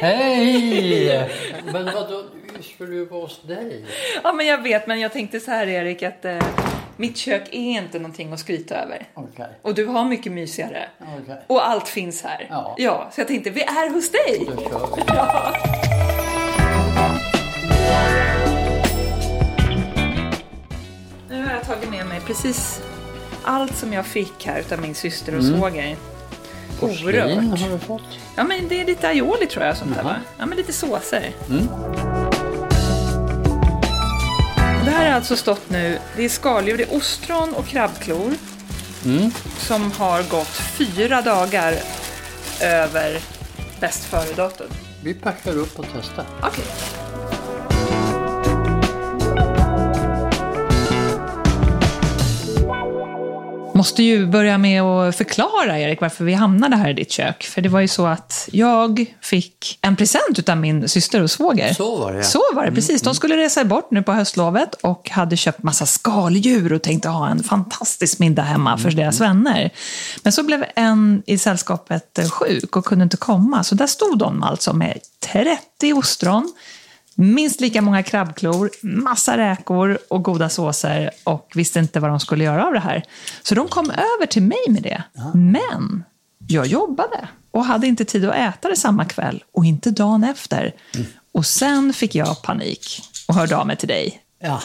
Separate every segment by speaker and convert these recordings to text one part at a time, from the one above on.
Speaker 1: Hej! Men vadå, vi skulle ju vara hos dig.
Speaker 2: Ja, men jag vet, men jag tänkte så här Erik att eh, mitt kök är inte någonting att skryta över.
Speaker 1: Okej.
Speaker 2: Och du har mycket mysigare.
Speaker 1: Okej.
Speaker 2: Och allt finns här.
Speaker 1: Ja.
Speaker 2: så jag tänkte vi är hos dig.
Speaker 1: Då kör vi.
Speaker 2: Nu har jag tagit med mig precis allt som jag fick här utav min syster och svåger.
Speaker 1: Mm. Porslin
Speaker 2: Orört.
Speaker 1: har du fått.
Speaker 2: Ja, men det är lite aioli tror jag sånt där va? Ja, men lite såser. Det här har alltså stått nu, det är skaldjur, det är ostron och krabbklor. Som har gått fyra dagar över bäst före-datum.
Speaker 1: Vi packar upp och testar.
Speaker 2: Okej. Måste ju börja med att förklara, Erik, varför vi hamnade här i ditt kök. För det var ju så att jag fick en present av min syster och svåger.
Speaker 1: Så var det, ja. Mm,
Speaker 2: Så var det, precis. De skulle resa bort nu på höstlovet och hade köpt massa skaldjur och tänkte ha en fantastisk middag hemma
Speaker 1: Mm,
Speaker 2: för deras vänner. Men så blev en i sällskapet eh, sjuk och kunde inte komma, så där stod de alltså med 30 ostron, minst lika många krabbklor, massa räkor och goda såser och visste inte vad de skulle göra av det här. Så de kom över till mig med det. Men jag jobbade och hade inte tid att äta det samma kväll och inte dagen efter.
Speaker 1: Mm.
Speaker 2: Och sen fick jag panik och hörde av mig till dig.
Speaker 1: Ja.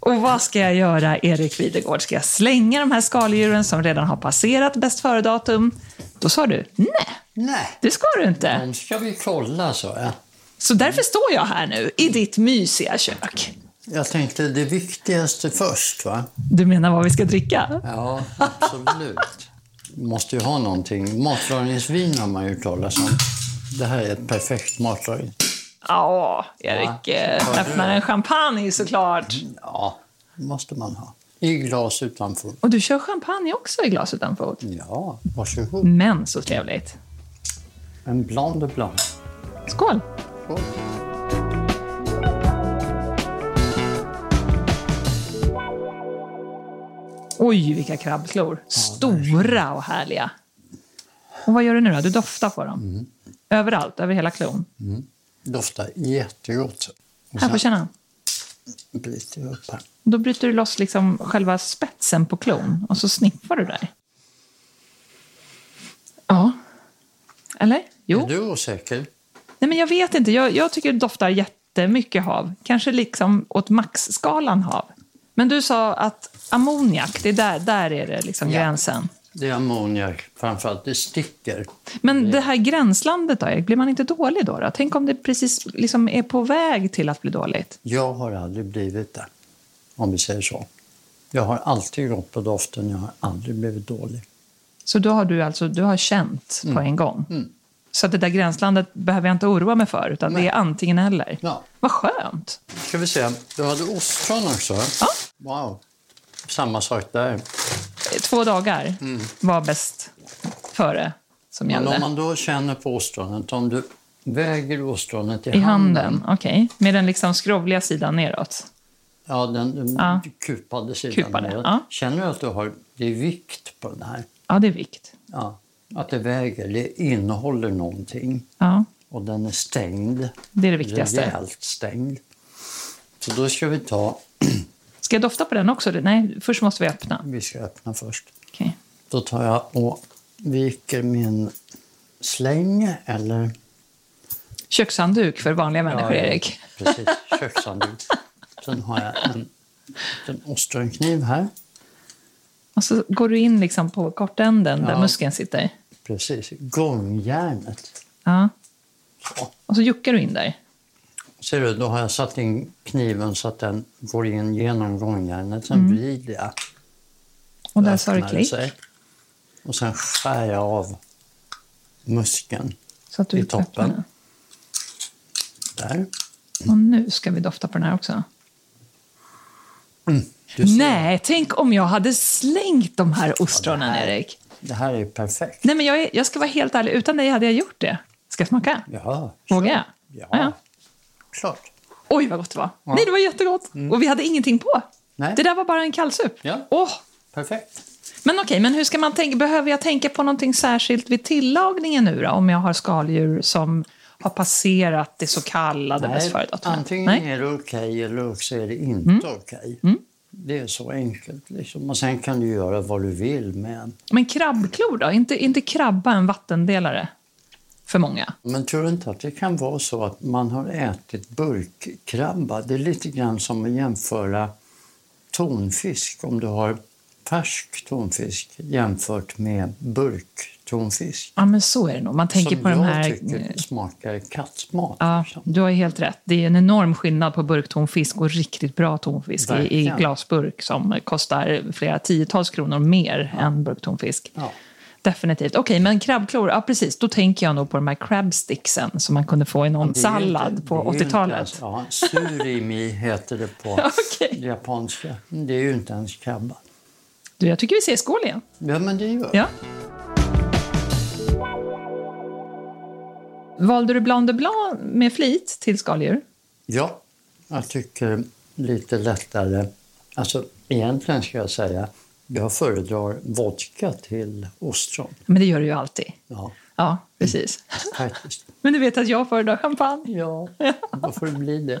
Speaker 2: Och vad ska jag göra, Erik Videgård? Ska jag slänga de här skaldjuren som redan har passerat bäst före-datum? Då sa du, nej,
Speaker 1: Nej.
Speaker 2: det ska du inte.
Speaker 1: Nu ska vi kolla, så jag.
Speaker 2: Så därför står jag här nu, i ditt mysiga kök.
Speaker 1: Jag tänkte det viktigaste först, va?
Speaker 2: Du menar vad vi ska dricka?
Speaker 1: Ja, absolut. måste ju ha någonting. Matlagningsvin har man ju talat om. Det här är ett perfekt matlagning.
Speaker 2: Ja, Erik, eh, öppnar en champagne såklart.
Speaker 1: Ja, måste man ha. I glas utan fot.
Speaker 2: Och du kör champagne också i glas utan fot.
Speaker 1: Ja, varsågod.
Speaker 2: Men så trevligt.
Speaker 1: En blanc de blanc.
Speaker 2: Skål!
Speaker 1: Skål.
Speaker 2: Oj, vilka krabbklor. Stora och härliga. Och vad gör du nu då? Du doftar på dem.
Speaker 1: Mm.
Speaker 2: Överallt, över hela klon.
Speaker 1: Doftar jättegott. Och
Speaker 2: Här,
Speaker 1: sen-
Speaker 2: får känna.
Speaker 1: bryter jag upp här.
Speaker 2: Då bryter du loss liksom själva spetsen på klon och så sniffar du där. Ja. Eller?
Speaker 1: Är
Speaker 2: Jo.
Speaker 1: du osäker?
Speaker 2: Nej, men jag vet inte. Jag, jag tycker det doftar jättemycket hav. Kanske liksom åt maxskalan hav. Men du sa att ammoniak, det är där, där är det liksom
Speaker 1: Ja.
Speaker 2: gränsen.
Speaker 1: Det är ammoniak, framförallt. Det sticker.
Speaker 2: Men det här gränslandet då, Erik, blir man inte dålig då? då? Tänk om det precis liksom är på väg till att bli dåligt?
Speaker 1: Jag har aldrig blivit det, om vi säger så. Jag har alltid gått på doften, jag har aldrig blivit dålig.
Speaker 2: Så då har du alltså du har känt på
Speaker 1: Mm.
Speaker 2: en gång. Så att det där gränslandet behöver jag inte oroa mig för, utan det är antingen eller.
Speaker 1: Ja.
Speaker 2: Vad skönt!
Speaker 1: Ska vi se, du hade ostron också.
Speaker 2: Ja,
Speaker 1: Wow. Samma sak där.
Speaker 2: två dagar var bäst före som
Speaker 1: Men
Speaker 2: gällde.
Speaker 1: Mm. om man då känner på ostronet, om du väger ostronet i,
Speaker 2: I handen, okej. Med den liksom skrovliga sidan neråt.
Speaker 1: Ja, den den
Speaker 2: Ja.
Speaker 1: kupade sidan.
Speaker 2: Kupade,
Speaker 1: neråt.
Speaker 2: ja.
Speaker 1: Känner du att du har, det är vikt på den här?
Speaker 2: Ja, det är vikt.
Speaker 1: Ja, att det väger, det innehåller någonting.
Speaker 2: Ja,
Speaker 1: Och den är stängd.
Speaker 2: det är det viktigaste.
Speaker 1: Rejält stängd. Så då ska vi ta,
Speaker 2: Ska jag dofta på den också? Nej, först måste vi öppna.
Speaker 1: vi ska öppna först.
Speaker 2: Okej.
Speaker 1: Då tar jag och viker min släng eller...
Speaker 2: Kökshandduk för vanliga människor,
Speaker 1: ja,
Speaker 2: Erik.
Speaker 1: Precis, kökshandduk. Sen har jag en, en ostronkniv här.
Speaker 2: Och så går du in liksom på kortänden där
Speaker 1: Ja.
Speaker 2: muskeln sitter.
Speaker 1: Precis, gångjärnet.
Speaker 2: Ja.
Speaker 1: Så.
Speaker 2: Och så juckar du in där.
Speaker 1: Ser du, då har jag satt in kniven så att den går in genom gångjärnet. Sen
Speaker 2: Mm.
Speaker 1: vrider jag.
Speaker 2: Och
Speaker 1: Då
Speaker 2: där sa du
Speaker 1: öppnar det
Speaker 2: klick.
Speaker 1: sig. Och sen skär jag av muskeln
Speaker 2: Så att du
Speaker 1: i
Speaker 2: inte öppnar
Speaker 1: toppen.
Speaker 2: den.
Speaker 1: Där.
Speaker 2: Och nu ska vi dofta på den här också.
Speaker 1: Mm, Du ser,
Speaker 2: Nej, tänk om jag hade slängt de här ostronen, Erik.
Speaker 1: det här är perfekt.
Speaker 2: Nej, men jag, är, jag ska vara helt ärlig. Utan dig hade jag gjort det. Ska jag smaka?
Speaker 1: Ja,
Speaker 2: Vågar jag?
Speaker 1: Ja.
Speaker 2: Ja, ja.
Speaker 1: klart.
Speaker 2: Oj, vad gott det var. Nej, det var jättegott. Och vi hade ingenting på.
Speaker 1: Mm. Nej.
Speaker 2: Det där var bara en kallsup.
Speaker 1: Ja.
Speaker 2: Åh.
Speaker 1: Perfekt.
Speaker 2: Men okej, men hur ska man tänka? Behöver jag tänka på någonting särskilt vid tillagningen nu då? Om jag har skaldjur som har passerat det så kallade bäst före-datumet?
Speaker 1: antingen
Speaker 2: Nej. Mm.
Speaker 1: är det okej eller också är det inte okej. Det är så enkelt. Liksom. Och sen kan du göra vad du vill med en.
Speaker 2: Men krabbklor då? Inte, inte krabba en vattendelare för många?
Speaker 1: Men tror du inte att det kan vara så att man har ätit burkkrabba? Det är lite grann som att jämföra tonfisk, om du har färsk tonfisk jämfört med burktonfisk.
Speaker 2: Ja, men så är det nog. Man tänker
Speaker 1: som
Speaker 2: på
Speaker 1: jag
Speaker 2: de här... eh,
Speaker 1: tycker smakar kattmat.
Speaker 2: Ja,
Speaker 1: liksom.
Speaker 2: du har ju helt rätt. Det är en enorm skillnad på burktonfisk och riktigt bra tonfisk i, i
Speaker 1: Verkligen.
Speaker 2: glasburk som kostar flera tiotals kronor mer än burktonfisk.
Speaker 1: Ja.
Speaker 2: Definitivt. Okej, men krabbklor, ja precis. Då tänker jag nog på de här crabsticksen som man kunde få i
Speaker 1: Det
Speaker 2: någon
Speaker 1: är ju
Speaker 2: sallad
Speaker 1: inte-
Speaker 2: på
Speaker 1: det är ju inte
Speaker 2: 80-talet.
Speaker 1: ens- Ja, surimi heter det på
Speaker 2: Okej.
Speaker 1: japanska. Det är ju inte ens krabba.
Speaker 2: Du, jag tycker vi ses skål igen.
Speaker 1: Ja, men det gör
Speaker 2: Ja. Valde du Blanc de Blanc med flit till skaldjur?
Speaker 1: Ja, jag tycker lite lättare. Alltså, egentligen ska jag säga jag föredrar vodka till ostron.
Speaker 2: Men det gör du ju alltid.
Speaker 1: Ja,
Speaker 2: Ja, precis.
Speaker 1: faktiskt.
Speaker 2: Men du vet att jag föredrar champagne.
Speaker 1: Ja, då får det bli det.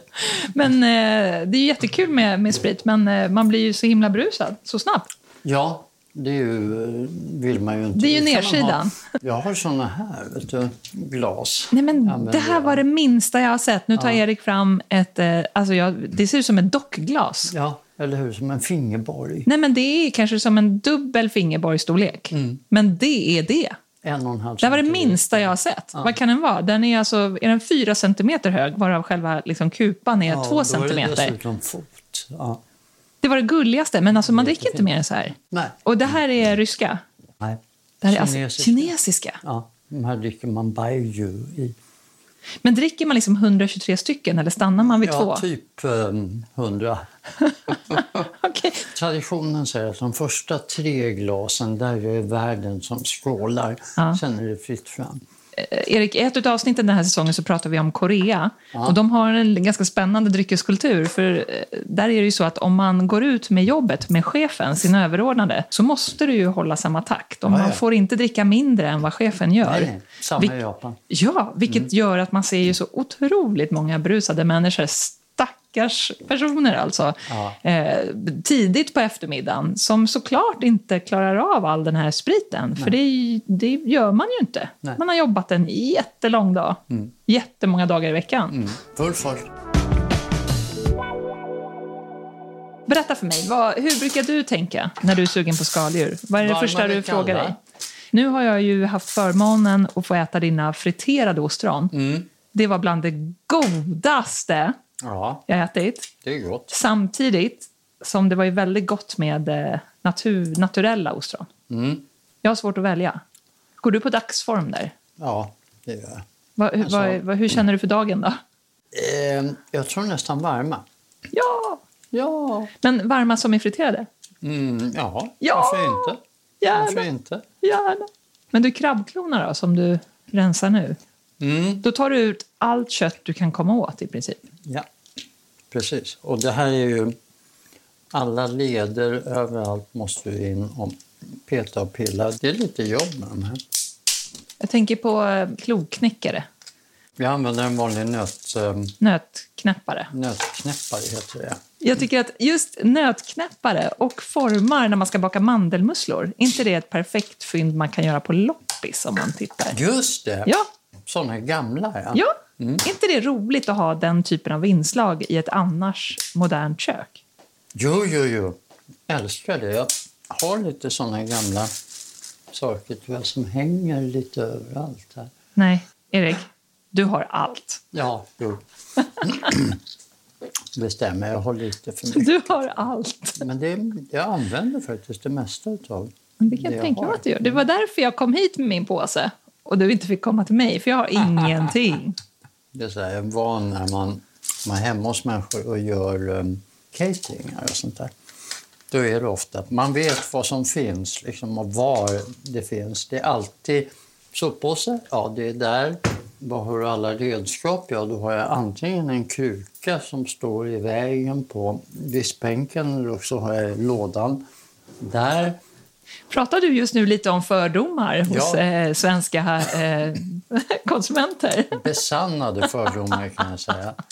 Speaker 2: Men eh, det är ju jättekul med, med sprit, men eh, man blir ju så himla brusad så snabbt.
Speaker 1: Ja, det är ju, eh, vill man ju inte.
Speaker 2: Det är ju
Speaker 1: Det kan man ha.
Speaker 2: nersidan.
Speaker 1: Jag har såna här, vet du, glas.
Speaker 2: Nej, men
Speaker 1: Använder
Speaker 2: det här
Speaker 1: jag.
Speaker 2: var det minsta jag har sett. Nu tar Erik fram ett... Eh, alltså jag, det ser ut som ett dockglas.
Speaker 1: Ja, eller hur? Som en fingerborg.
Speaker 2: Nej, men det är kanske som en dubbel fingerborgsstorlek. Men det är det.
Speaker 1: En och en halv
Speaker 2: Det här var det
Speaker 1: centimeter.
Speaker 2: minsta jag har sett. Vad kan den vara? Den är, alltså, är den fyra centimeter hög, varav själva liksom, kupan är
Speaker 1: Ja,
Speaker 2: två
Speaker 1: Då är det
Speaker 2: centimeter.
Speaker 1: dessutom fot. Ja.
Speaker 2: Det var det gulligaste, men alltså, man dricker inte mer än så här.
Speaker 1: Nej.
Speaker 2: Och det här är ryska?
Speaker 1: Nej.
Speaker 2: Det här är alltså
Speaker 1: Kinesiska.
Speaker 2: kinesiska?
Speaker 1: Ja, de här dricker man baijiu i.
Speaker 2: Men dricker man liksom 123 stycken eller stannar man vid två?
Speaker 1: Ja, typ hundra.
Speaker 2: Okej.
Speaker 1: Traditionen säger att de första tre glasen, där är det världen som skålar. Sen är det fritt fram.
Speaker 2: Eh, Erik, i ett av avsnitten den här säsongen så pratar vi om Korea. Och de har en ganska spännande dryckeskultur. För eh, där är det ju så att om man går ut med jobbet med chefen, sin överordnade, så måste du ju hålla samma takt. Och
Speaker 1: Ja, ja.
Speaker 2: man får inte dricka mindre än vad chefen gör.
Speaker 1: Nej, nej, samma
Speaker 2: Vi-
Speaker 1: i Japan.
Speaker 2: Ja, vilket gör att man ser ju så otroligt många brusade människor. Stackars personer alltså. Eh, tidigt på eftermiddagen. Som såklart inte klarar av all den här spriten. För det, det gör man ju inte.
Speaker 1: Nej.
Speaker 2: Man har jobbat en jättelång dag. Jättemånga dagar i veckan.
Speaker 1: Full fart.
Speaker 2: Berätta för mig, vad, hur brukar du tänka när du är sugen på skaldjur? Vad är det
Speaker 1: Varma
Speaker 2: första du
Speaker 1: eller
Speaker 2: frågar
Speaker 1: kalla?
Speaker 2: dig? Nu har jag ju haft förmånen att få äta dina friterade ostron. Det var bland det godaste
Speaker 1: Ja,
Speaker 2: jag ätit.
Speaker 1: det är gott.
Speaker 2: Samtidigt som det var ju väldigt gott med eh, natur, naturella ostron.
Speaker 1: Mm.
Speaker 2: Jag har svårt att välja. Går du på dagsform där?
Speaker 1: Ja, det gör jag.
Speaker 2: Vad- hur-
Speaker 1: Alltså-
Speaker 2: vad- vad- hur känner du för dagen då?
Speaker 1: Eh, jag tror nästan varma.
Speaker 2: Ja!
Speaker 1: Ja.
Speaker 2: Men varma som är friterade?
Speaker 1: Mm, ja,
Speaker 2: Ja!
Speaker 1: varför inte? Varför
Speaker 2: Gärna!
Speaker 1: inte?
Speaker 2: Gärna! Men du, krabbklorna då, som du rensar nu?
Speaker 1: Mm.
Speaker 2: Då tar du ut allt kött du kan komma åt i princip?
Speaker 1: Ja, precis. Och det här är ju... Alla leder överallt måste ju in och peta och pilla. Det är lite jobb med de här.
Speaker 2: Jag tänker på eh, kloknäckare,
Speaker 1: Jag använder en vanlig nöt, eh,
Speaker 2: nötknäppare.
Speaker 1: nötknäppare, heter det.
Speaker 2: Jag tycker att just nötknäppare och formar när man ska baka mandelmusslor, är inte det ett perfekt fynd man kan göra på loppis om man tittar?
Speaker 1: Just det!
Speaker 2: Ja,
Speaker 1: Såna här gamla, ja.
Speaker 2: ja. Är inte det roligt att ha den typen av inslag i ett annars modernt kök?
Speaker 1: Jo, jo, jo. Älskar det. Jag har lite såna här gamla saker tyvärr, som hänger lite överallt. här.
Speaker 2: Nej, Erik, du har allt.
Speaker 1: Ja, jo. Det stämmer, jag har lite för mycket.
Speaker 2: Du har allt.
Speaker 1: Men det, jag använder faktiskt det mesta utav
Speaker 2: Det kan jag
Speaker 1: jag
Speaker 2: tänka mig
Speaker 1: har.
Speaker 2: att du gör. Det var därför jag kom hit med min påse Och du inte fick komma till mig, för jag har ingenting.
Speaker 1: Det är så här, jag är van när man, man är hemma hos människor och gör um, cateringar och sånt där. Då är det ofta att man vet vad som finns liksom, och var det finns. Det är alltid soppåse, ja det är där. Vad har du alla redskap? Ja, då har jag antingen en kruka som står i vägen på diskbänken eller så har jag lådan där.
Speaker 2: Pratar du just nu lite om fördomar hos
Speaker 1: Ja.
Speaker 2: eh, svenska eh, konsumenter?
Speaker 1: Besannade fördomar kan jag säga.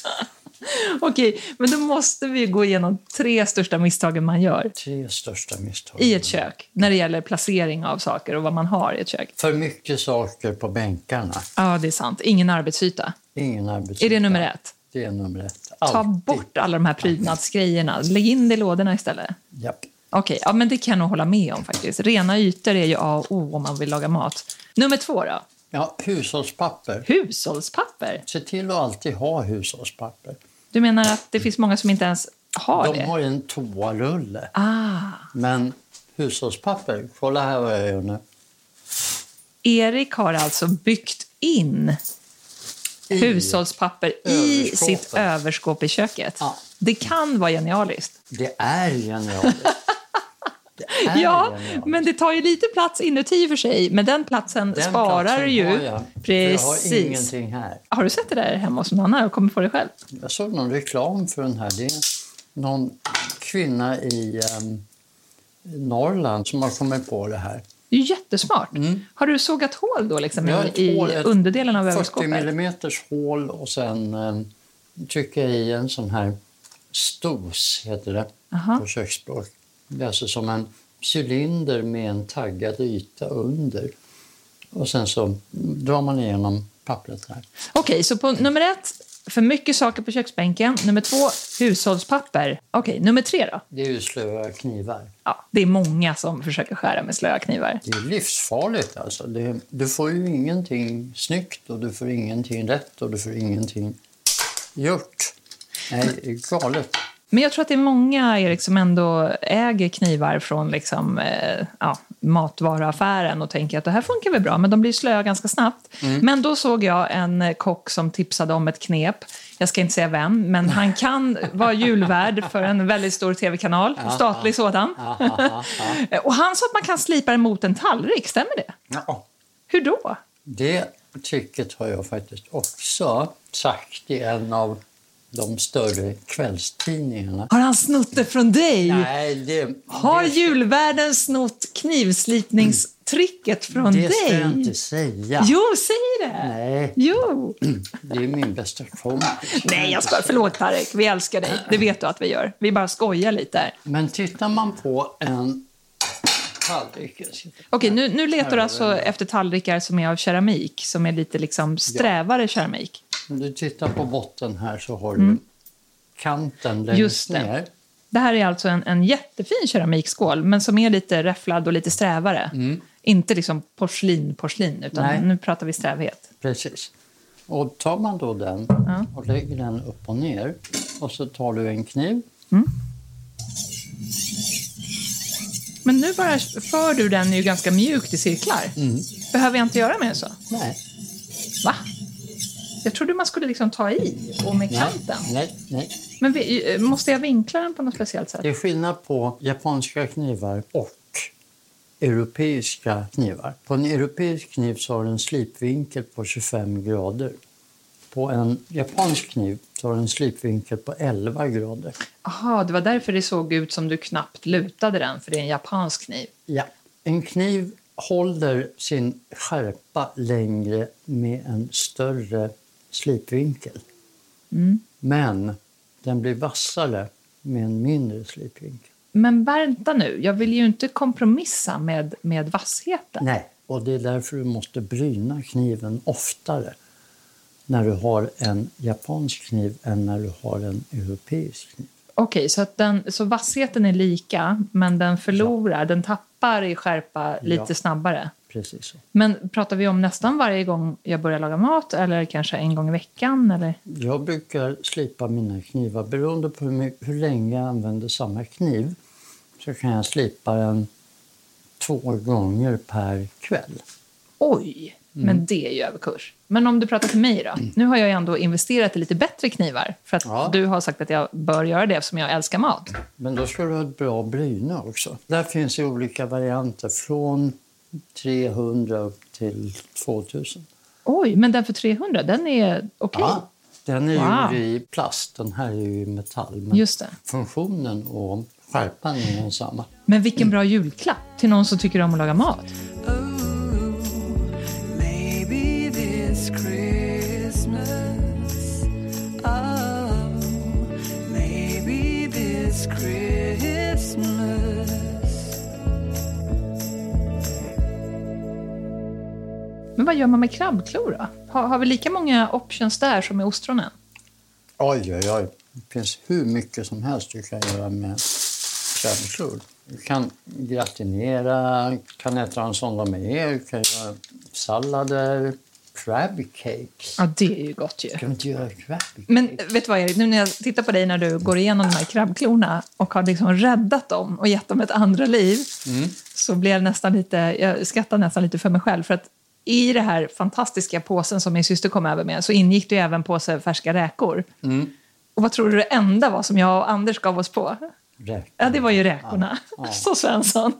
Speaker 2: Okej, men då måste vi gå igenom tre största misstagen man gör
Speaker 1: Tre största misstag.
Speaker 2: i ett kök när det gäller placering av saker och vad man har i ett kök.
Speaker 1: För mycket saker på bänkarna.
Speaker 2: Ja, det är sant. Ingen arbetsyta.
Speaker 1: Ingen arbetsyta.
Speaker 2: Är det nummer ett?
Speaker 1: Det är nummer ett.
Speaker 2: Ta
Speaker 1: Alltid.
Speaker 2: bort alla de här prydnadsgrejerna. Lägg in det i lådorna istället.
Speaker 1: Japp.
Speaker 2: Okej, ja, men det kan jag nog hålla med om faktiskt. Rena ytor är ju A och O om man vill laga mat. Nummer två då?
Speaker 1: Ja, hushållspapper.
Speaker 2: Hushållspapper.
Speaker 1: Se till att alltid ha hushållspapper.
Speaker 2: Du menar att det finns många som inte ens har
Speaker 1: De
Speaker 2: det?
Speaker 1: har ju en toarulle.
Speaker 2: Ah.
Speaker 1: Men hushållspapper, kolla här vad jag gör nu.
Speaker 2: Erik har alltså byggt in
Speaker 1: I-
Speaker 2: hushållspapper i
Speaker 1: överskåpet.
Speaker 2: sitt överskåp i köket.
Speaker 1: Ja.
Speaker 2: Det kan vara genialiskt.
Speaker 1: Det är genialiskt. Det är
Speaker 2: Ja,
Speaker 1: genialiskt.
Speaker 2: men det tar ju lite plats inuti i och för sig, men den platsen
Speaker 1: Den
Speaker 2: sparar
Speaker 1: platsen
Speaker 2: du ju.
Speaker 1: Har jag, Precis. Jag har
Speaker 2: Precis.
Speaker 1: ingenting här.
Speaker 2: Har du sett det där hemma hos någon annan och kommit på det själv?
Speaker 1: Jag såg någon reklam för den här. Det är någon kvinna i em, Norrland som har kommit på det här.
Speaker 2: Det är ju jättesmart. Har du sågat hål då liksom
Speaker 1: Mm. Jag har
Speaker 2: i,
Speaker 1: ett
Speaker 2: i
Speaker 1: hål, ett
Speaker 2: underdelen av
Speaker 1: 40
Speaker 2: överskåpet?
Speaker 1: millimeters hål och sen eh, trycker jag i en sån här stos, heter det
Speaker 2: Aha.
Speaker 1: på köksspråk. Det är alltså som en cylinder med en taggad yta under. Och sen så drar man igenom pappret här.
Speaker 2: Okej, så på nummer ett, för mycket saker på köksbänken. Nummer två, hushållspapper. Okej, nummer tre då?
Speaker 1: Det är ju slöa knivar.
Speaker 2: Ja, det är många som försöker skära med slöa knivar.
Speaker 1: Det är livsfarligt alltså. Det, du får ju ingenting snyggt och du får ingenting rätt och du får ingenting gjort. Nej, det är galet.
Speaker 2: Men jag tror att det är många, Erik, som ändå äger knivar från liksom, eh, ja, matvaruaffären och tänker att det här funkar väl bra, men de blir slöa ganska snabbt. Men då såg jag en eh, kock som tipsade om ett knep. Jag ska inte säga vem, men han kan vara julvärd för en väldigt stor tv-kanal, statlig sådan. och han sa att man kan slipa den mot en tallrik, stämmer det?
Speaker 1: Ja.
Speaker 2: Hur då?
Speaker 1: Det tycket har jag faktiskt också sagt i en av de större kvällstidningarna.
Speaker 2: Har han snott det från dig?
Speaker 1: Nej, det,
Speaker 2: Har
Speaker 1: det,
Speaker 2: julvärden snott knivslipningstricket från
Speaker 1: det ska
Speaker 2: dig?
Speaker 1: jag inte säga.
Speaker 2: Jo, säg det!
Speaker 1: Nej,
Speaker 2: Jo!
Speaker 1: det är min bästa kompis.
Speaker 2: Nej, jag skojar. Förlåt, Tarek. Vi älskar dig. Det vet du att vi gör. Vi bara skojar lite här.
Speaker 1: Men tittar man på en tallrik... jag ska-
Speaker 2: Okej, nu, nu letar du alltså efter tallrikar som är av keramik, som är lite liksom strävare keramik.
Speaker 1: Om du tittar på botten här så har du kanten längst
Speaker 2: Mm. Just det.
Speaker 1: ner.
Speaker 2: Det här är alltså en, en jättefin keramikskål, men som är lite räfflad och lite strävare. Inte liksom porslin, porslin, utan
Speaker 1: Mm. Nej.
Speaker 2: nu pratar vi strävhet.
Speaker 1: Precis. Och tar man då den och lägger den upp och ner och så tar du en kniv.
Speaker 2: Men nu bara för du den ju ganska mjukt i cirklar.
Speaker 1: Mm.
Speaker 2: Behöver jag inte göra mer än så?
Speaker 1: Nej.
Speaker 2: Va? Jag trodde man skulle liksom ta i och med
Speaker 1: Nej,
Speaker 2: kanten.
Speaker 1: nej, nej.
Speaker 2: Men vi, eh, måste jag vinkla den på något speciellt
Speaker 1: Det
Speaker 2: sätt?
Speaker 1: är skillnad på japanska knivar och europeiska knivar. På en europeisk kniv så har du en slipvinkel på 25 grader. På en japansk kniv så har du en slipvinkel på 11 grader.
Speaker 2: Jaha, det var därför det såg ut som du knappt lutade den, för det är en japansk kniv.
Speaker 1: Ja. En kniv håller sin skärpa längre med en större slipvinkel. Men den blir vassare med en mindre slipvinkel.
Speaker 2: Men vänta nu, jag vill ju inte kompromissa med, med vassheten.
Speaker 1: Nej, och det är därför du måste bryna kniven oftare när du har en japansk kniv än när du har en europeisk kniv.
Speaker 2: Okej, så, att den, så vassheten är lika, men den förlorar, den tappar i skärpa lite
Speaker 1: Ja.
Speaker 2: snabbare.
Speaker 1: Precis så.
Speaker 2: Men pratar vi om nästan varje gång jag börjar laga mat eller kanske en gång i veckan? Eller?
Speaker 1: Jag brukar slipa mina knivar. Beroende på hur, my- hur länge jag använder samma kniv så kan jag slipa den två gånger per kväll.
Speaker 2: Oj! Men det är ju överkurs. Men om du pratar till mig då. Nu har jag ju ändå investerat i lite bättre knivar. För att
Speaker 1: Ja.
Speaker 2: du har sagt att jag bör göra det eftersom jag älskar mat.
Speaker 1: Men då ska du ha ett bra bryne också. Där finns ju olika varianter från 300 upp till 2000.
Speaker 2: Oj, men den för 300, den är okej.
Speaker 1: Ja, den är
Speaker 2: Wow.
Speaker 1: gjord i plast, den här är ju i metall. Men
Speaker 2: Just det.
Speaker 1: funktionen och skärpan är densamma.
Speaker 2: Men vilken bra julklapp till någon som tycker om att laga mat.
Speaker 3: Oh, Maybe this Christmas. Oh, maybe this Christmas.
Speaker 2: Men vad gör man med krabbklor då? Har, har vi lika många options där som med ostronen?
Speaker 1: Oj, oj, oj. Det finns hur mycket som helst du kan göra med kärnklor. Du kan gratinera, du kan äta dem som de är, du kan göra sallader, crab cakes.
Speaker 2: Ja, det är ju gott ju.
Speaker 1: Kan vi inte göra crab cakes?
Speaker 2: Men vet du vad Erik, nu när jag tittar på dig när du går igenom de här krabbklorna och har liksom räddat dem och gett dem ett andra liv så blir jag nästan lite, jag skrattar nästan lite för mig själv för att i den här fantastiska påsen som min syster kom över med så ingick det ju även påse färska räkor. Och vad tror du det enda var som jag och Anders gav oss på?
Speaker 1: Räkor.
Speaker 2: Ja, det var ju räkorna. Så Svensson.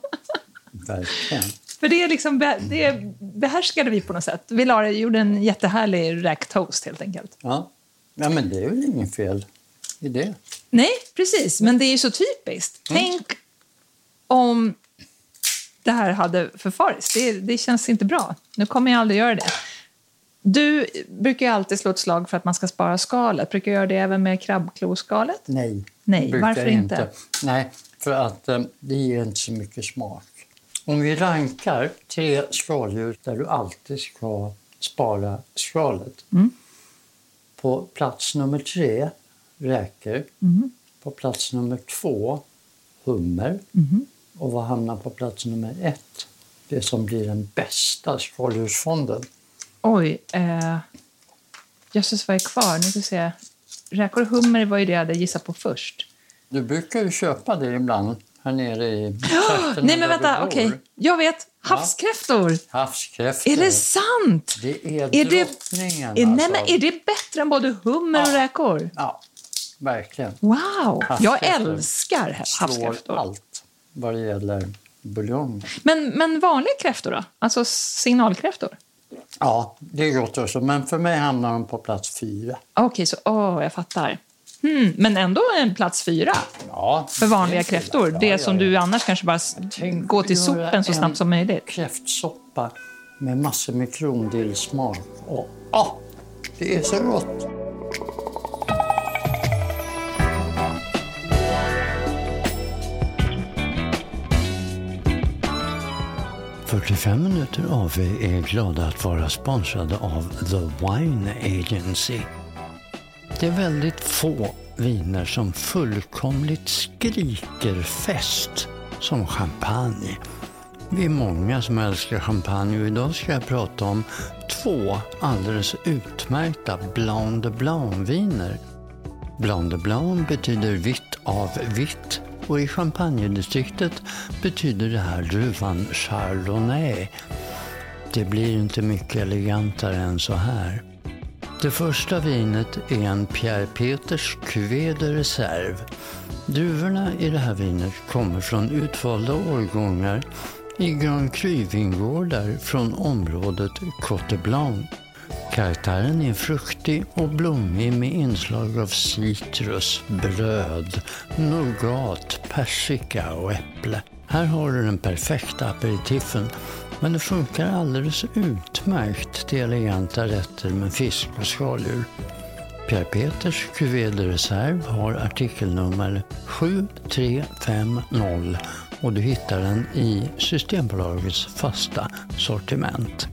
Speaker 1: Verkligen.
Speaker 2: För det, är liksom, be- det behärskade vi på något sätt. Vi la, gjorde en jättehärlig räktoast helt enkelt.
Speaker 1: Ja. ja, men det är väl inget fel i det.
Speaker 2: Nej, precis. Men det är ju så typiskt.
Speaker 1: Mm.
Speaker 2: Tänk om det här hade förfarits. Det, det känns inte bra. Nu kommer jag aldrig göra det. Du brukar ju alltid slå ett slag för att man ska spara skalet. Brukar du göra det även med krabbkloskalet?
Speaker 1: Nej.
Speaker 2: Nej,
Speaker 1: brukar
Speaker 2: varför
Speaker 1: jag
Speaker 2: inte?
Speaker 1: Nej, för att eh, det ger inte så mycket smak. Om vi rankar tre skaldjur där du alltid ska spara skalet.
Speaker 2: Mm.
Speaker 1: På plats nummer tre, räkor.
Speaker 2: Mm.
Speaker 1: På plats nummer två, hummer.
Speaker 2: Mm.
Speaker 1: Och vad hamnar på plats nummer ett? Det som blir den bästa skaldjursfonden.
Speaker 2: Oj, eh, jösses vad är kvar? Nu ska vi se. Räkor och hummer var ju det jag hade gissat på först.
Speaker 1: Du brukar ju köpa det ibland här nere i trakterna
Speaker 2: Nej, men
Speaker 1: där du
Speaker 2: vänta.
Speaker 1: bor.
Speaker 2: Okej, jag vet. Havskräftor!
Speaker 1: Havskräftor.
Speaker 2: Är det sant?
Speaker 1: Det är,
Speaker 2: Är det-
Speaker 1: drottningen.
Speaker 2: Är, nej,
Speaker 1: alltså.
Speaker 2: men är det bättre än både hummer och räkor?
Speaker 1: Ja, verkligen.
Speaker 2: Wow! Jag
Speaker 1: Havskräftor.
Speaker 2: älskar ha-
Speaker 1: Slår
Speaker 2: havskräftor.
Speaker 1: allt vad det gäller buljong.
Speaker 2: Men, men vanliga kräftor då? Alltså signalkräftor?
Speaker 1: Ja, det är gott också. Men för mig hamnar de på plats fyra.
Speaker 2: Okej, så åh, jag fattar. Hmm, men ändå en plats fyra
Speaker 1: Ja,
Speaker 2: för vanliga
Speaker 1: det är fyra.
Speaker 2: kräftor.
Speaker 1: Ja,
Speaker 2: Det
Speaker 1: ja,
Speaker 2: som
Speaker 1: ja.
Speaker 2: du annars kanske bara s-
Speaker 1: Tänk
Speaker 2: går till
Speaker 1: att göra
Speaker 2: sopen så
Speaker 1: en
Speaker 2: snabbt som möjligt.
Speaker 1: Kräftsoppa med massor med krondillsmak. Åh, åh, det är så gott! ”45 minuter AV är glada att vara sponsrade av The Wine Agency. Det är väldigt få viner som fullkomligt skriker fest som champagne. Vi är många som älskar champagne och idag ska jag prata om två alldeles utmärkta Blanc de Blanc-viner. Blanc de Blanc betyder vitt av vitt och i champagnedistriktet betyder det här druvan Chardonnay. Det blir inte mycket elegantare än så här. Det första vinet är en Pierre Peters Cuvée de Reserve. Druvorna i det här vinet kommer från utvalda årgångar i Grand Cru-vingårdar från området Cote Blanc. Karaktären är fruktig och blommig med inslag av citrus, bröd, nougat, persika och äpple. Här har du den perfekta aperitifen, men det funkar alldeles utmärkt till eleganta rätter med fisk och skaldjur. Pierre Peters Cuvée de Reserve har artikelnummer 7350 och du hittar den i Systembolagets fasta sortiment.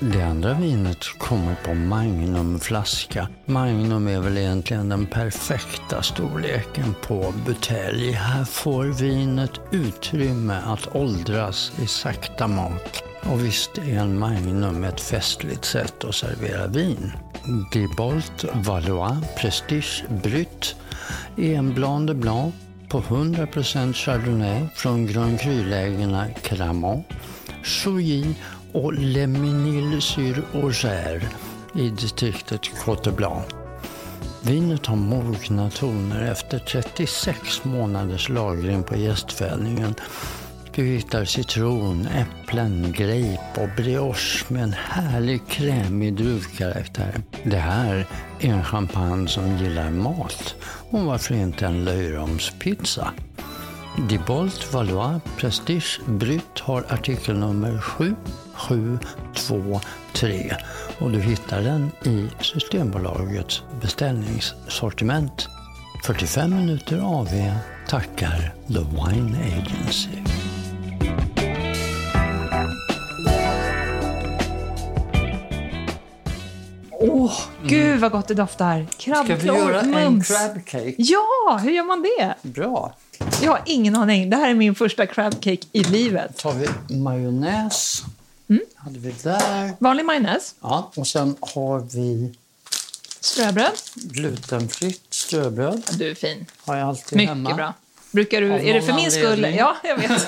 Speaker 1: Det andra vinet kommer på Magnumflaska. Magnum är väl egentligen den perfekta storleken på butelj. Här får vinet utrymme att åldras i sakta mak. Och visst är en Magnum ett festligt sätt att servera vin. Dibolt Valois Prestige Brut är en Blanc de Blanc på 100% Chardonnay från Grand Cru-lägena Cramont Souilly och Leminil sur Auger i distriktet Cote Blanc. Vinet har mogna toner efter 36 månaders lagring på gästfällningen. Du hittar citron, äpplen, grape och brioche med en härlig krämig druvkaraktär. Det här är en champagne som gillar mat och varför inte en löjromspizza? Dibolt Valois Prestige Brut har artikelnummer 7723 och du hittar den i Systembolagets beställningssortiment. 45 minuter AV tackar The Wine Agency.
Speaker 2: Åh, gud vad gott det doftar!
Speaker 1: Mm. Ska vi göra
Speaker 2: Krabbklor,
Speaker 1: en
Speaker 2: mums.
Speaker 1: crab cake?
Speaker 2: Ja, hur gör man det?
Speaker 1: Bra.
Speaker 2: Jag har ingen aning. Det här är min första crab cake i livet.
Speaker 1: tar vi majonnäs.
Speaker 2: Mm.
Speaker 1: Hade vi där.
Speaker 2: Vanlig majonnäs,
Speaker 1: Ja, och sen har vi
Speaker 2: ströbröd.
Speaker 1: glutenfritt ströbröd.
Speaker 2: Du är fin.
Speaker 1: Har jag alltid
Speaker 2: Mycket
Speaker 1: hemma.
Speaker 2: bra. Brukar du,
Speaker 1: Av
Speaker 2: är det för
Speaker 1: någon
Speaker 2: min skull?
Speaker 1: anledning.
Speaker 2: Ja, jag vet.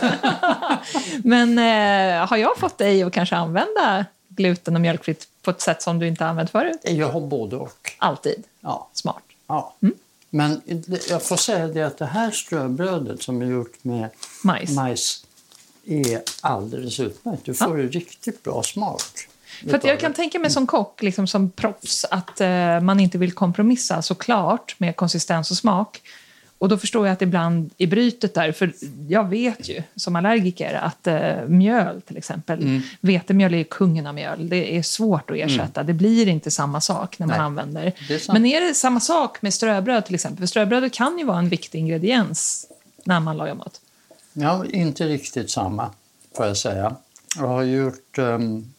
Speaker 2: Men eh, har jag fått dig att kanske använda gluten och mjölkfritt på ett sätt som du inte har använt förut?
Speaker 1: Jag har både och.
Speaker 2: Alltid.
Speaker 1: Ja.
Speaker 2: Smart.
Speaker 1: Ja.
Speaker 2: Mm.
Speaker 1: Men det- jag får säga det att det här ströbrödet som är gjort med
Speaker 2: Majs.
Speaker 1: majs är alldeles utmärkt. Du får riktigt bra smak.
Speaker 2: För att jag kan tänka mig som kock, liksom som proffs, att eh, man inte vill kompromissa såklart med konsistens och smak. Och då förstår jag att ibland i brytet där, för jag vet ju som allergiker att eh, mjöl till exempel,
Speaker 1: Mm.
Speaker 2: vetemjöl är ju kungen av mjöl. Det är svårt att ersätta, det blir inte samma sak när man
Speaker 1: Nej.
Speaker 2: använder.
Speaker 1: Det är sant.
Speaker 2: Men är det samma sak med ströbröd till exempel? För ströbrödet kan ju vara en viktig ingrediens när man lagar mat.
Speaker 1: Ja, inte riktigt samma får jag säga. Jag har gjort um,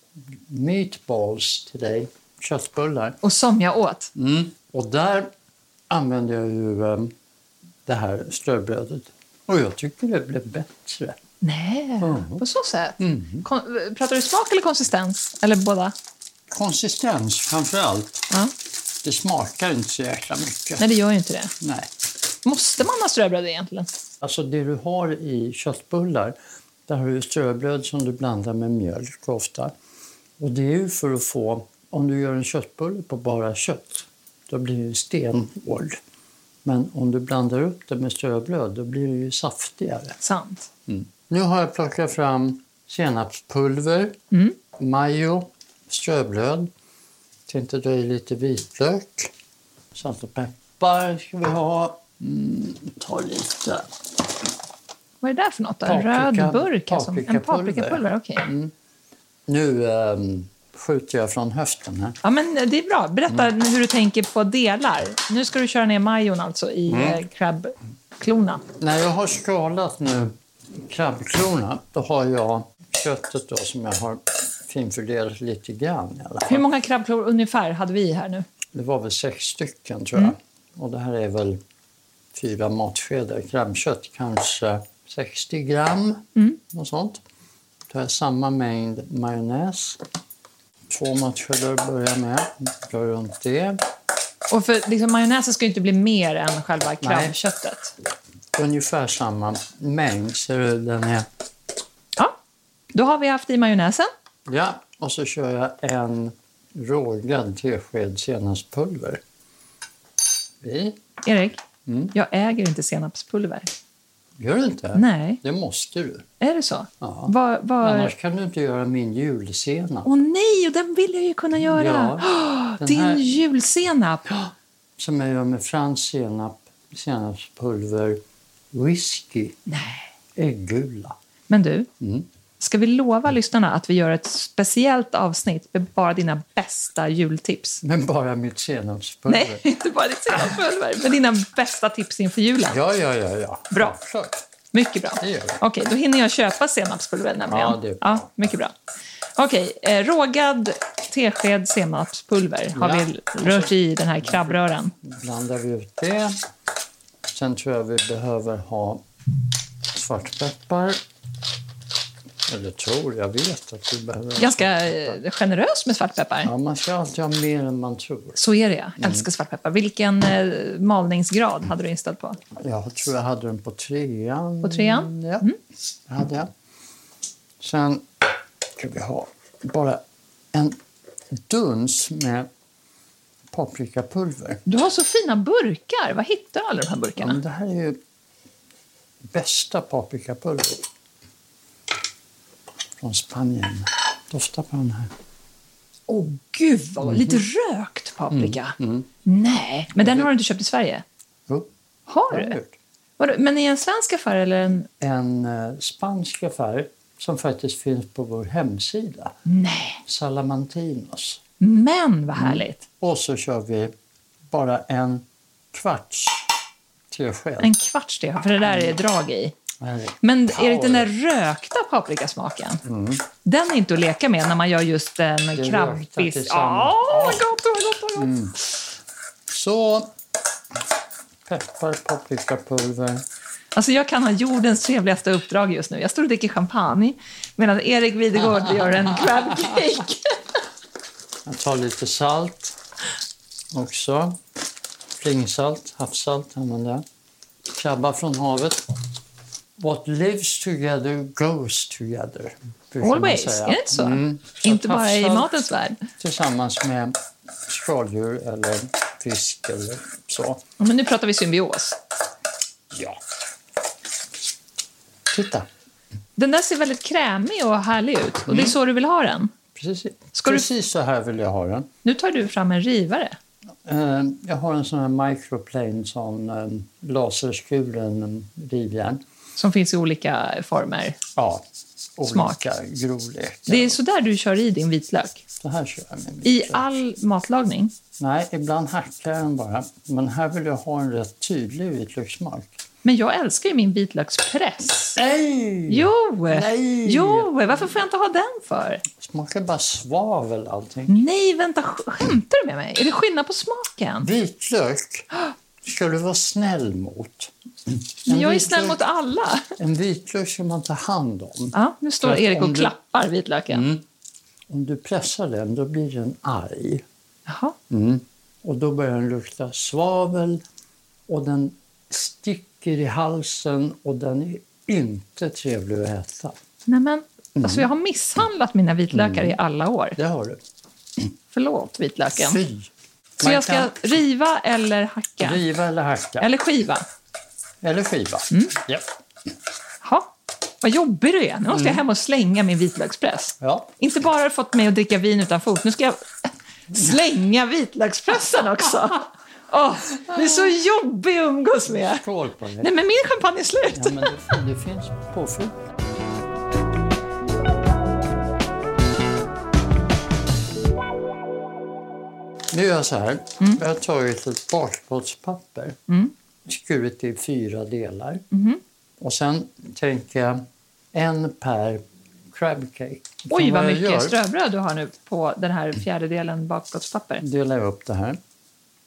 Speaker 1: meatballs till dig, köttbullar.
Speaker 2: Och som jag åt.
Speaker 1: Mm. Och där använde jag ju ehm, det här ströbrödet. Och jag tycker det blev bättre.
Speaker 2: Nej,
Speaker 1: Mm.
Speaker 2: på så sätt. Kon- pratar du smak eller konsistens? Eller båda?
Speaker 1: Konsistens framför allt.
Speaker 2: Ja.
Speaker 1: Det smakar inte så jäkla mycket.
Speaker 2: Nej, det gör ju inte det.
Speaker 1: Nej.
Speaker 2: Måste man ha ströbröd egentligen?
Speaker 1: Alltså det du har i köttbullar, där har du ströbröd som du blandar med mjölk ofta. Och det är ju för att få, om du gör en köttbulle på bara kött, då blir det ju stenhård. Men om du blandar upp det med ströbröd, då blir det ju saftigare.
Speaker 2: Sant.
Speaker 1: Nu har jag plockat fram senapspulver, majo, ströbröd. Tänkte dra i lite vitlök. Salt och peppar ska vi ha. Mm, ta lite.
Speaker 2: Vad är det där för något? Då? En
Speaker 1: Paprika-
Speaker 2: röd burk? Alltså. En
Speaker 1: paprikapulver. Mm.
Speaker 2: paprikapulver? Okej.
Speaker 1: Nu ehm, skjuter jag från höften här.
Speaker 2: Ja, men det är bra. Berätta
Speaker 1: Mm.
Speaker 2: hur du tänker på delar. Nu ska du köra ner majon alltså i mm. krabbklona.
Speaker 1: När jag har skalat nu krabbklorna, då har jag köttet då som jag har finfördelat lite grann i alla
Speaker 2: Hur
Speaker 1: fall.
Speaker 2: många krabbklor ungefär hade vi här nu?
Speaker 1: Det var väl sex stycken tror jag. Och det här är väl fyra matskedar krabbkött, kanske 60 gram. Något sånt. Då har jag samma mängd majonnäs. Två matskedar att börja med. Drar runt det.
Speaker 2: Och för, liksom, majonnäsen ska ju inte bli mer än själva krabbköttet.
Speaker 1: Ungefär samma mängd. Ser du, den är...
Speaker 2: Ja. Då har vi haft i majonnäsen.
Speaker 1: Ja, och så kör jag en rågad tesked senaspulver. Vi?
Speaker 2: Erik,
Speaker 1: Mm.
Speaker 2: jag äger inte senapspulver.
Speaker 1: Gör du inte?
Speaker 2: Nej.
Speaker 1: Det måste du.
Speaker 2: Är det så?
Speaker 1: Ja.
Speaker 2: Var, var...
Speaker 1: Annars kan du inte göra min julsenap.
Speaker 2: Åh nej, och den vill jag ju kunna göra!
Speaker 1: Ja,
Speaker 2: Åh,
Speaker 1: den
Speaker 2: din
Speaker 1: här-
Speaker 2: julsenap!
Speaker 1: Som jag gör med fransk senap, senapspulver, whisky,
Speaker 2: Nej.
Speaker 1: äggula.
Speaker 2: Men du,
Speaker 1: Mm.
Speaker 2: ska vi lova lyssnarna att vi gör ett speciellt avsnitt med bara dina bästa jultips?
Speaker 1: Men bara mitt senapspulver.
Speaker 2: Nej, inte bara ditt senapspulver, men dina bästa tips inför julen.
Speaker 1: Ja, ja, ja. ja.
Speaker 2: Bra.
Speaker 1: Självklart.
Speaker 2: Mycket bra.
Speaker 1: Det gör vi.
Speaker 2: Okej, då hinner jag köpa senapspulver nämligen.
Speaker 1: Ja, det är bra.
Speaker 2: Ja, mycket bra. Okej, eh, rågad tesked senapspulver har
Speaker 1: Ja. Mm.
Speaker 2: vi rört i den här krabbröran.
Speaker 1: blandar vi ut det. Sen tror jag vi behöver ha svartpeppar. Eller tror, jag vet att vi behöver.
Speaker 2: Ganska eh, generös med svartpeppar.
Speaker 1: Ja, man ska alltid ha mer än man tror.
Speaker 2: Så är det, ja. jag älskar svartpeppar. Vilken eh, malningsgrad hade du inställt på?
Speaker 1: Jag tror jag hade den på trean. Mm.
Speaker 2: På trean?
Speaker 1: Ja, det hade jag. Sen ska vi ha bara en duns med paprikapulver.
Speaker 2: Du har så fina burkar. Var hittar du alla de
Speaker 1: Ja,
Speaker 2: här
Speaker 1: men
Speaker 2: burkarna?
Speaker 1: det här är ju bästa paprikapulver från Spanien. Dofta på den här.
Speaker 2: Åh gud, vad lite rökt paprika. Nej, men den har du inte köpt i Sverige?
Speaker 1: Jo,
Speaker 2: Har
Speaker 1: det har jag
Speaker 2: du?
Speaker 1: gjort.
Speaker 2: Vadå, men i en svensk affär eller en...
Speaker 1: En eh, spansk affär som faktiskt finns på vår hemsida.
Speaker 2: Nej,
Speaker 1: Salamantinos.
Speaker 2: men vad härligt.
Speaker 1: Och så kör vi bara en kvarts tesked.
Speaker 2: En kvarts det, för det där är drag i.
Speaker 1: Här är-
Speaker 2: Men är det den där rökta paprikasmaken? Den är inte att leka med när man gör just en
Speaker 1: rökta
Speaker 2: krabbis.
Speaker 1: tillsammans.
Speaker 2: Åh, vad gott, vad gott, vad gott!
Speaker 1: Så. Peppar, paprikapulver.
Speaker 2: Alltså jag kan ha jordens trevligaste uppdrag just nu. Jag står och dricker champagne medan Erik
Speaker 1: Ah.
Speaker 2: Videgård gör en crab cake.
Speaker 1: Jag tar lite salt också. Flingsalt, havssalt använder jag. Krabba från havet. What lives together goes together. brukar man Mm.
Speaker 2: Always,
Speaker 1: säga.
Speaker 2: är det inte så?
Speaker 1: Så
Speaker 2: Inte bara i
Speaker 1: havssalt
Speaker 2: matens värld.
Speaker 1: Tillsammans med skaldjur eller fisk eller så.
Speaker 2: Men nu pratar vi symbios.
Speaker 1: Ja. Titta,
Speaker 2: Den där ser väldigt krämig och härlig ut och
Speaker 1: Mm.
Speaker 2: det är så du vill ha den.
Speaker 1: precis,
Speaker 2: Ska du-
Speaker 1: precis så här vill jag ha den.
Speaker 2: Nu tar du fram en rivare.
Speaker 1: Eh, Jag har en sån här microplane, sån eh, laserskuren rivjärn.
Speaker 2: Som finns i olika former.
Speaker 1: Ja,
Speaker 2: Smak.
Speaker 1: olika grovlekar.
Speaker 2: Det är så där du kör i din vitlök.
Speaker 1: Så här kör jag med min
Speaker 2: I
Speaker 1: kniv.
Speaker 2: all matlagning.
Speaker 1: Nej, ibland hackar jag den bara. Men här vill jag ha en rätt tydlig vitlökssmak.
Speaker 2: Men jag älskar ju min vitlökspress.
Speaker 1: Nej!
Speaker 2: Jo!
Speaker 1: Nej.
Speaker 2: Jo! Varför får jag inte ha den för?
Speaker 1: Smakar bara svavel allting.
Speaker 2: Nej, vänta. sk- Skämtar du med mig? Är det skillnad på smaken?
Speaker 1: Vitlök ska du vara snäll mot.
Speaker 2: Men jag är
Speaker 1: vitlök-
Speaker 2: snäll mot alla.
Speaker 1: En vitlök ska man ta hand om.
Speaker 2: Ja, nu
Speaker 1: För
Speaker 2: står
Speaker 1: att
Speaker 2: Erik
Speaker 1: om
Speaker 2: och
Speaker 1: du-
Speaker 2: klappar vitlöken.
Speaker 1: Mm. Om du pressar den, då blir den arg.
Speaker 2: Jaha.
Speaker 1: Och då börjar den lukta svavel och den sticker i halsen och den är inte trevlig att äta.
Speaker 2: Nej, men, alltså, jag har misshandlat mina vitlökar
Speaker 1: Mm.
Speaker 2: i alla år.
Speaker 1: Det har du.
Speaker 2: Förlåt, vitlöken.
Speaker 1: Fy!
Speaker 2: Så
Speaker 1: Man
Speaker 2: jag ska
Speaker 1: kan-
Speaker 2: riva eller hacka?
Speaker 1: Riva eller hacka. Eller,
Speaker 2: Eller Mm. skiva?
Speaker 1: skiva. Ja.
Speaker 2: Ja. Vad jobbig du är. Nu måste jag hem och slänga min vitlökspress.
Speaker 1: Mm. Ja.
Speaker 2: Inte bara har du fått mig att dricka vin utan fot, nu ska jag slänga vitlökspressen också. Åh, det är så jobbig att umgås med.
Speaker 1: Skål på dig.
Speaker 2: Nej, men min champagne är slut.
Speaker 1: Ja, men det, det finns påfyll. Nu gör jag så här.
Speaker 2: Mm.
Speaker 1: Jag har tagit ett bakplåtspapper, skurit i fyra delar.
Speaker 2: Mm-hmm.
Speaker 1: Och sen tänker jag en per crab cake.
Speaker 2: Oj,
Speaker 1: Så
Speaker 2: vad
Speaker 1: jag gör-
Speaker 2: mycket ströbröd du har nu på den här fjärdedelen bakplåtspapper.
Speaker 1: delar jag upp det här.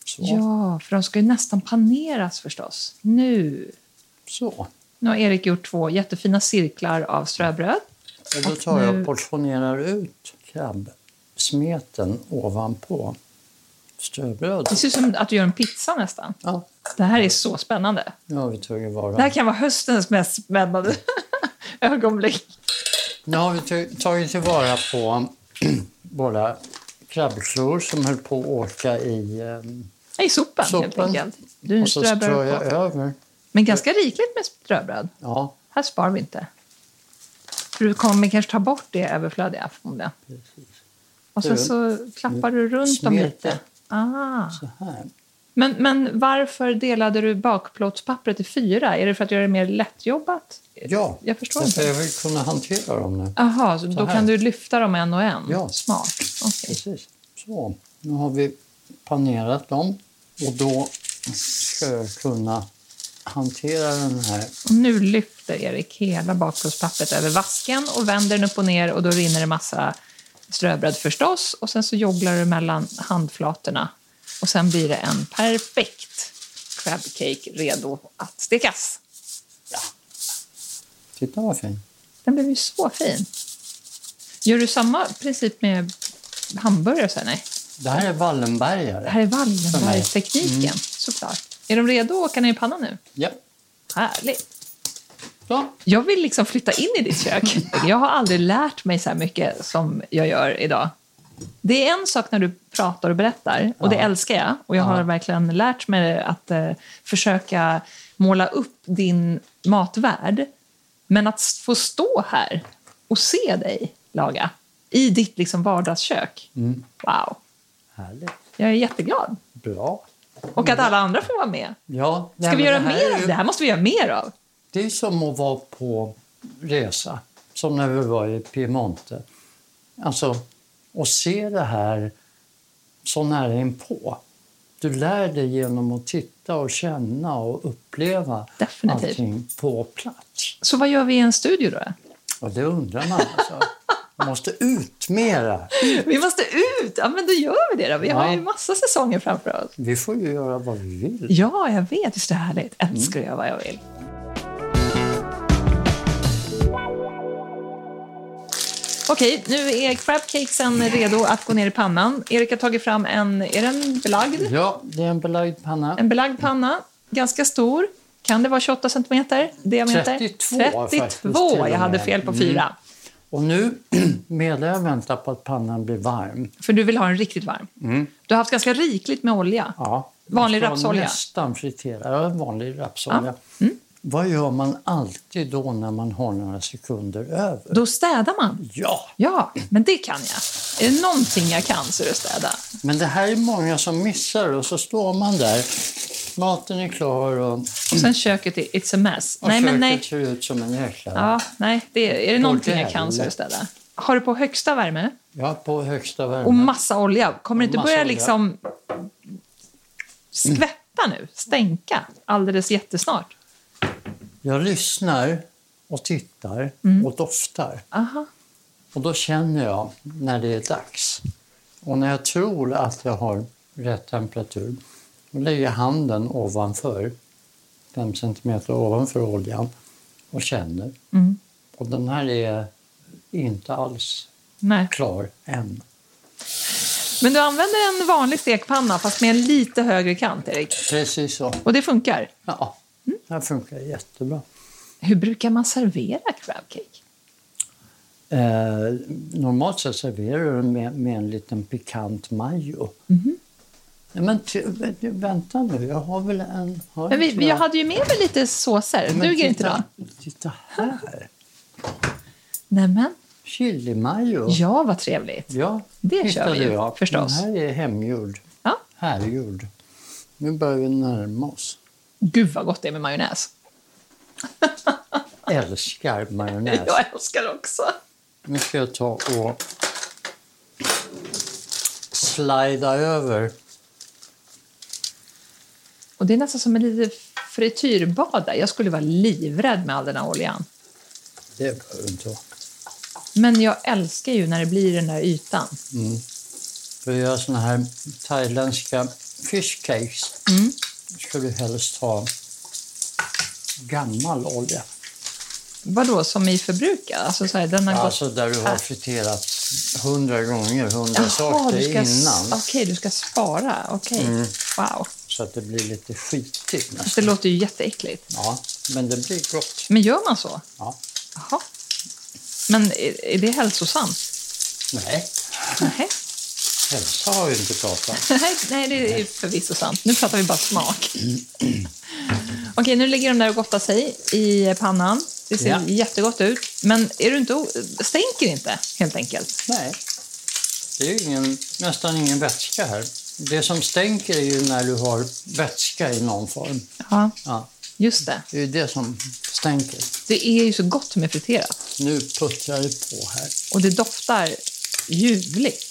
Speaker 1: Så.
Speaker 2: Ja, för de ska ju nästan paneras förstås. Nu.
Speaker 1: så.
Speaker 2: Nu har Erik gjort två jättefina cirklar av ströbröd.
Speaker 1: Och då tar jag och portionerar ut krabbsmeten ovanpå
Speaker 2: Det
Speaker 1: ströbrödet.
Speaker 2: ser ut som att du gör en pizza nästan.
Speaker 1: Ja,
Speaker 2: Det här är så spännande.
Speaker 1: nu har vi tagit
Speaker 2: Det här
Speaker 1: vara.
Speaker 2: kan vara höstens mest spännande ögonblick.
Speaker 1: Nu har vi ta- tagit tillvara på våra krabbklor som höll på att åka i... ehm,
Speaker 2: Nej, sopen, helt
Speaker 1: Sopen.
Speaker 2: enkelt. Du är en
Speaker 1: och så strör jag
Speaker 2: ströbröd på.
Speaker 1: över.
Speaker 2: Men ganska rikligt med ströbröd.
Speaker 1: Ja,
Speaker 2: Här spar vi inte. För du kommer kanske ta bort det överflödiga förmodligen. Och sen
Speaker 1: Du,
Speaker 2: så klappar du runt dem
Speaker 1: smeker.
Speaker 2: lite. Ah.
Speaker 1: så här.
Speaker 2: Men, men varför delade du bakplåtspappret i fyra? Är det för att göra det mer lättjobbat?
Speaker 1: Ja,
Speaker 2: Jag förstår
Speaker 1: därför
Speaker 2: inte.
Speaker 1: jag vill kunna hantera dem nu.
Speaker 2: Jaha, så då
Speaker 1: här.
Speaker 2: kan du lyfta dem en och en?
Speaker 1: Ja.
Speaker 2: Smart. Okej.
Speaker 1: Precis. Så, nu har vi panerat dem och då ska jag kunna hantera den här.
Speaker 2: Och Nu lyfter Erik hela bakplåtspappret över vasken och vänder den upp och ner och då rinner det massa ströbröd förstås och sen så jogglar du mellan handflatorna och sen blir det en perfekt crab cake redo att stekas.
Speaker 1: Titta vad fin.
Speaker 2: Den blev ju så fin. Gör du samma princip med hamburgare sen? Nej,
Speaker 1: Det här är
Speaker 2: det
Speaker 1: Wallenbergare.
Speaker 2: här är Wallenbergstekniken, såklart. Är de redo att åka ner i pannan nu?
Speaker 1: Ja.
Speaker 2: Härligt.
Speaker 1: Så.
Speaker 2: Jag vill liksom flytta in i ditt kök. Jag har aldrig lärt mig så här mycket som jag gör idag. Det är en sak när du pratar och berättar, och det älskar jag. Och jag har verkligen lärt mig att eh, försöka måla upp din matvärld. Men att s- få stå här och se dig laga i ditt liksom vardagskök.
Speaker 1: Mm.
Speaker 2: Wow.
Speaker 1: Härligt.
Speaker 2: Jag är jätteglad.
Speaker 1: Bra.
Speaker 2: Och att alla andra får vara med.
Speaker 1: Ja,
Speaker 2: Ska
Speaker 1: Mm. nej,
Speaker 2: vi
Speaker 1: men
Speaker 2: göra
Speaker 1: det här
Speaker 2: mer
Speaker 1: är
Speaker 2: av
Speaker 1: ju-
Speaker 2: det? här måste vi göra mer av.
Speaker 1: Det är som att vara på resa, som när vi var i Piemonte. Alltså, och se det här så nära inpå. Du lär dig genom att titta och känna och uppleva
Speaker 2: Definitivt.
Speaker 1: allting på plats.
Speaker 2: Så vad gör vi i en studio då?
Speaker 1: Och det undrar man alltså. Man måste ut mera.
Speaker 2: Vi måste ut! Ja, men då gör vi det då. Vi har
Speaker 1: Ja.
Speaker 2: ju massa säsonger framför oss.
Speaker 1: Vi får ju göra vad vi vill.
Speaker 2: Ja, jag vet. Visst är det härligt?
Speaker 1: Mm.
Speaker 2: Älskar att göra vad jag vill. Okej, nu är crab cakesen redo att gå ner i pannan. Erik har tagit fram en... Är den belagd?
Speaker 1: Ja, det är en belagd panna.
Speaker 2: En belagd panna, ganska stor. Kan det vara 28 centimeter? Diameter?
Speaker 1: 32 faktiskt,
Speaker 2: 32!
Speaker 1: till och
Speaker 2: jag hade
Speaker 1: med. Mm.
Speaker 2: fel på fyra.
Speaker 1: Och nu, medan jag väntar på att pannan blir varm,
Speaker 2: För du vill ha den riktigt varm. Du har haft ganska rikligt med olja.
Speaker 1: Mm. Ja.
Speaker 2: Vanlig
Speaker 1: Man ska
Speaker 2: rapsolja. Mm.
Speaker 1: Nästan friterad. Ja, vanlig rapsolja. Vad gör man alltid då när man har några sekunder över?
Speaker 2: Då städar man.
Speaker 1: Ja,
Speaker 2: Ja, men det kan jag. Är det någonting jag kan så är det städa.
Speaker 1: men det här är många som missar och så står man där. Maten är klar och, och
Speaker 2: Och sen köket, är it's a mess. nej,
Speaker 1: Mm. köket
Speaker 2: men nej.
Speaker 1: ser ut som en jäkla... Ja.
Speaker 2: Ja, nej. Det, är det någonting jag kan så är det
Speaker 1: Bordell.
Speaker 2: städa. Har du på högsta värme
Speaker 1: på högsta värme.
Speaker 2: och massa olja, kommer det inte
Speaker 1: Mm. Massa
Speaker 2: börja
Speaker 1: olja.
Speaker 2: liksom skvätta nu? Stänka alldeles jättesnart?
Speaker 1: Jag lyssnar och tittar och doftar.
Speaker 2: Aha.
Speaker 1: Och då känner jag när det är dags. Och när jag tror att jag har rätt temperatur, då lägger jag handen ovanför, 5 centimeter ovanför oljan och känner. Och den här är inte alls
Speaker 2: Nej.
Speaker 1: klar än.
Speaker 2: Men du använder en vanlig stekpanna fast med en lite högre kant, Erik.
Speaker 1: Precis så.
Speaker 2: Och det funkar.
Speaker 1: Ja, det här funkar jättebra.
Speaker 2: Hur brukar man servera crab cake?
Speaker 1: Eh, normalt så serverar du den med, med en liten pikant majo.
Speaker 2: Mhm.
Speaker 1: Nej, Men ty, vä- vänta nu, jag har väl en... Har
Speaker 2: Men vi,
Speaker 1: inte
Speaker 2: vi
Speaker 1: jag?
Speaker 2: hade ju med mig lite såser.
Speaker 1: Men
Speaker 2: Duger inte
Speaker 1: titta-
Speaker 2: då?
Speaker 1: Titta här!
Speaker 2: Nämen.
Speaker 1: Chilimajo.
Speaker 2: Ja, vad trevligt.
Speaker 1: ja,
Speaker 2: det kör
Speaker 1: hittade
Speaker 2: vi ju,
Speaker 1: jag.
Speaker 2: förstås.
Speaker 1: Den här är hemgjord.
Speaker 2: Ja.
Speaker 1: Härgjord. Nu börjar vi närma oss.
Speaker 2: Gud vad gott det är med majonnäs.
Speaker 1: Älskar majonnäs.
Speaker 2: Jag älskar också.
Speaker 1: Nu ska jag ta och slida över.
Speaker 2: Och det är nästan som en liten frityrbad där. Jag skulle vara livrädd med all den här oljan.
Speaker 1: Det behöver du inte vara.
Speaker 2: Men jag älskar ju när det blir den där ytan.
Speaker 1: För att göra såna här thailändska fish cakes
Speaker 2: Mm.
Speaker 1: ska du helst ha gammal olja.
Speaker 2: Vadå, som i förbrukad? Alltså så här, den har
Speaker 1: Ja,
Speaker 2: gått...
Speaker 1: Alltså där du har friterat hundra gånger, hundra
Speaker 2: Ah. Jaha,
Speaker 1: saker
Speaker 2: du ska... ah.
Speaker 1: innan. Mm.
Speaker 2: Okej, du ska spara. Okej. Wow.
Speaker 1: Så att det blir lite skitigt
Speaker 2: Det
Speaker 1: nästan.
Speaker 2: låter ju jätteäckligt.
Speaker 1: Ja, men det blir gott.
Speaker 2: Men gör man så?
Speaker 1: Ja.
Speaker 2: Jaha. Men är, är det hälsosamt?
Speaker 1: Nej,
Speaker 2: Nej.
Speaker 1: hälsa har vi inte pratat om.
Speaker 2: Nej, nej, det är förvisso sant. Nu pratar vi bara smak. Okej, nu ligger de där och gottar sig i pannan. Det ser
Speaker 1: Ja.
Speaker 2: jättegott ut. Men är du inte, o- stänker inte, helt enkelt.
Speaker 1: Nej. Det är ju ingen, nästan ingen vätska här. Det som stänker är ju när du har vätska i någon form.
Speaker 2: Ja,
Speaker 1: Ja,
Speaker 2: just det.
Speaker 1: det är ju det som stänker.
Speaker 2: Det är ju så gott med friterat.
Speaker 1: Nu puttrar det på här.
Speaker 2: Och det doftar ljuvligt.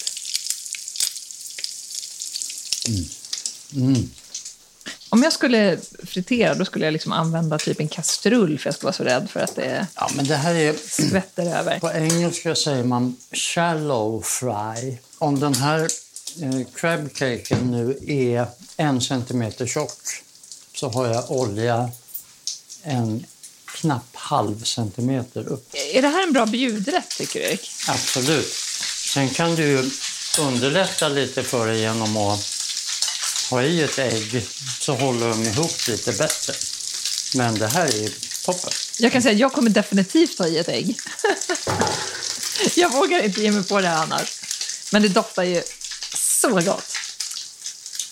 Speaker 1: Mm.
Speaker 2: Om jag skulle fritera, då skulle jag liksom använda typ en kastrull för jag skulle vara så rädd för att det
Speaker 1: Ja, men det här är...
Speaker 2: skvätter över.
Speaker 1: På engelska säger man shallow fry. Om den här eh, crab caken nu är en centimeter tjock så har jag olja en knapp halv centimeter upp.
Speaker 2: Är det här en bra bjudrätt, tycker du, Erik?
Speaker 1: Absolut. Sen kan du ju underlätta lite för dig genom att ha i ett ägg så håller de ihop lite bättre. Men det här är toppen.
Speaker 2: Jag kan säga att jag kommer definitivt ha i ett ägg. jag vågar inte ge mig på det här annars. Men det doftar ju så gott.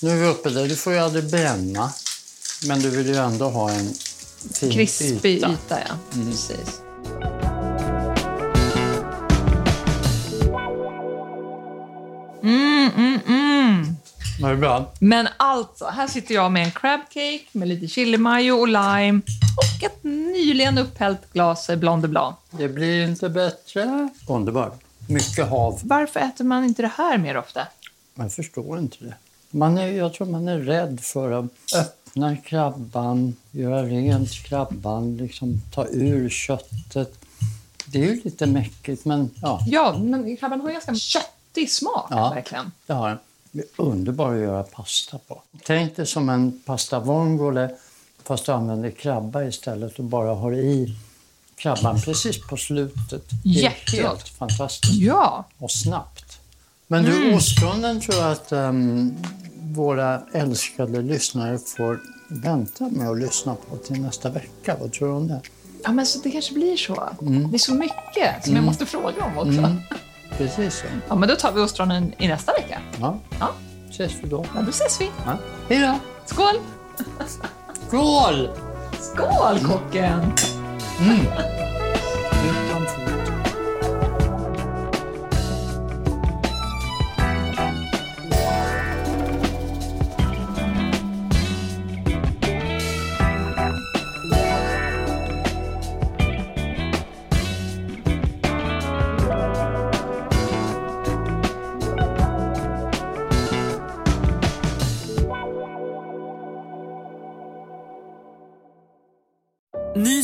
Speaker 1: Nu är vi uppe där. Du får ju aldrig bränna. Men du vill ju ändå ha en fin
Speaker 2: Krispig
Speaker 1: yta. Mm.
Speaker 2: yta, ja. Precis. Mm, mm, mm.
Speaker 1: Var det bra?
Speaker 2: Men alltså, här sitter jag med en crab cake med lite chilimajo och lime och ett nyligen upphällt glas Blanc de Blanc.
Speaker 1: Det blir inte bättre. Underbart. Mycket hav.
Speaker 2: Varför äter man inte det här mer ofta?
Speaker 1: Jag förstår inte det. Man är, jag tror man är rädd för att öppna krabban, göra rent krabban, liksom ta ur köttet. Det är ju lite mäckigt, men ja,
Speaker 2: Ja, men krabban har ju ganska köttig smak.
Speaker 1: Ja.
Speaker 2: verkligen.
Speaker 1: det har den. Det är underbart att göra pasta på. Tänk dig som en pasta vongole fast du använder krabba istället och bara har i krabban precis på slutet. Det är
Speaker 2: Jättegott.
Speaker 1: helt fantastiskt.
Speaker 2: Ja,
Speaker 1: och snabbt. Men du, ostronen tror jag att ehm, våra älskade lyssnare får vänta med att lyssna på till nästa vecka. Vad tror du om det?
Speaker 2: ja men så det kanske blir så.
Speaker 1: Mm.
Speaker 2: Det är så mycket som jag måste fråga om också.
Speaker 1: Precis så.
Speaker 2: Ja, men då tar vi ostronen i nästa vecka.
Speaker 1: Ja,
Speaker 2: Ja,
Speaker 1: ses vi då.
Speaker 2: ja då ses vi.
Speaker 1: Ja. Hej då!
Speaker 2: Skål!
Speaker 1: Skål!
Speaker 2: Skål, kocken!
Speaker 1: Utan fot.
Speaker 4: Ny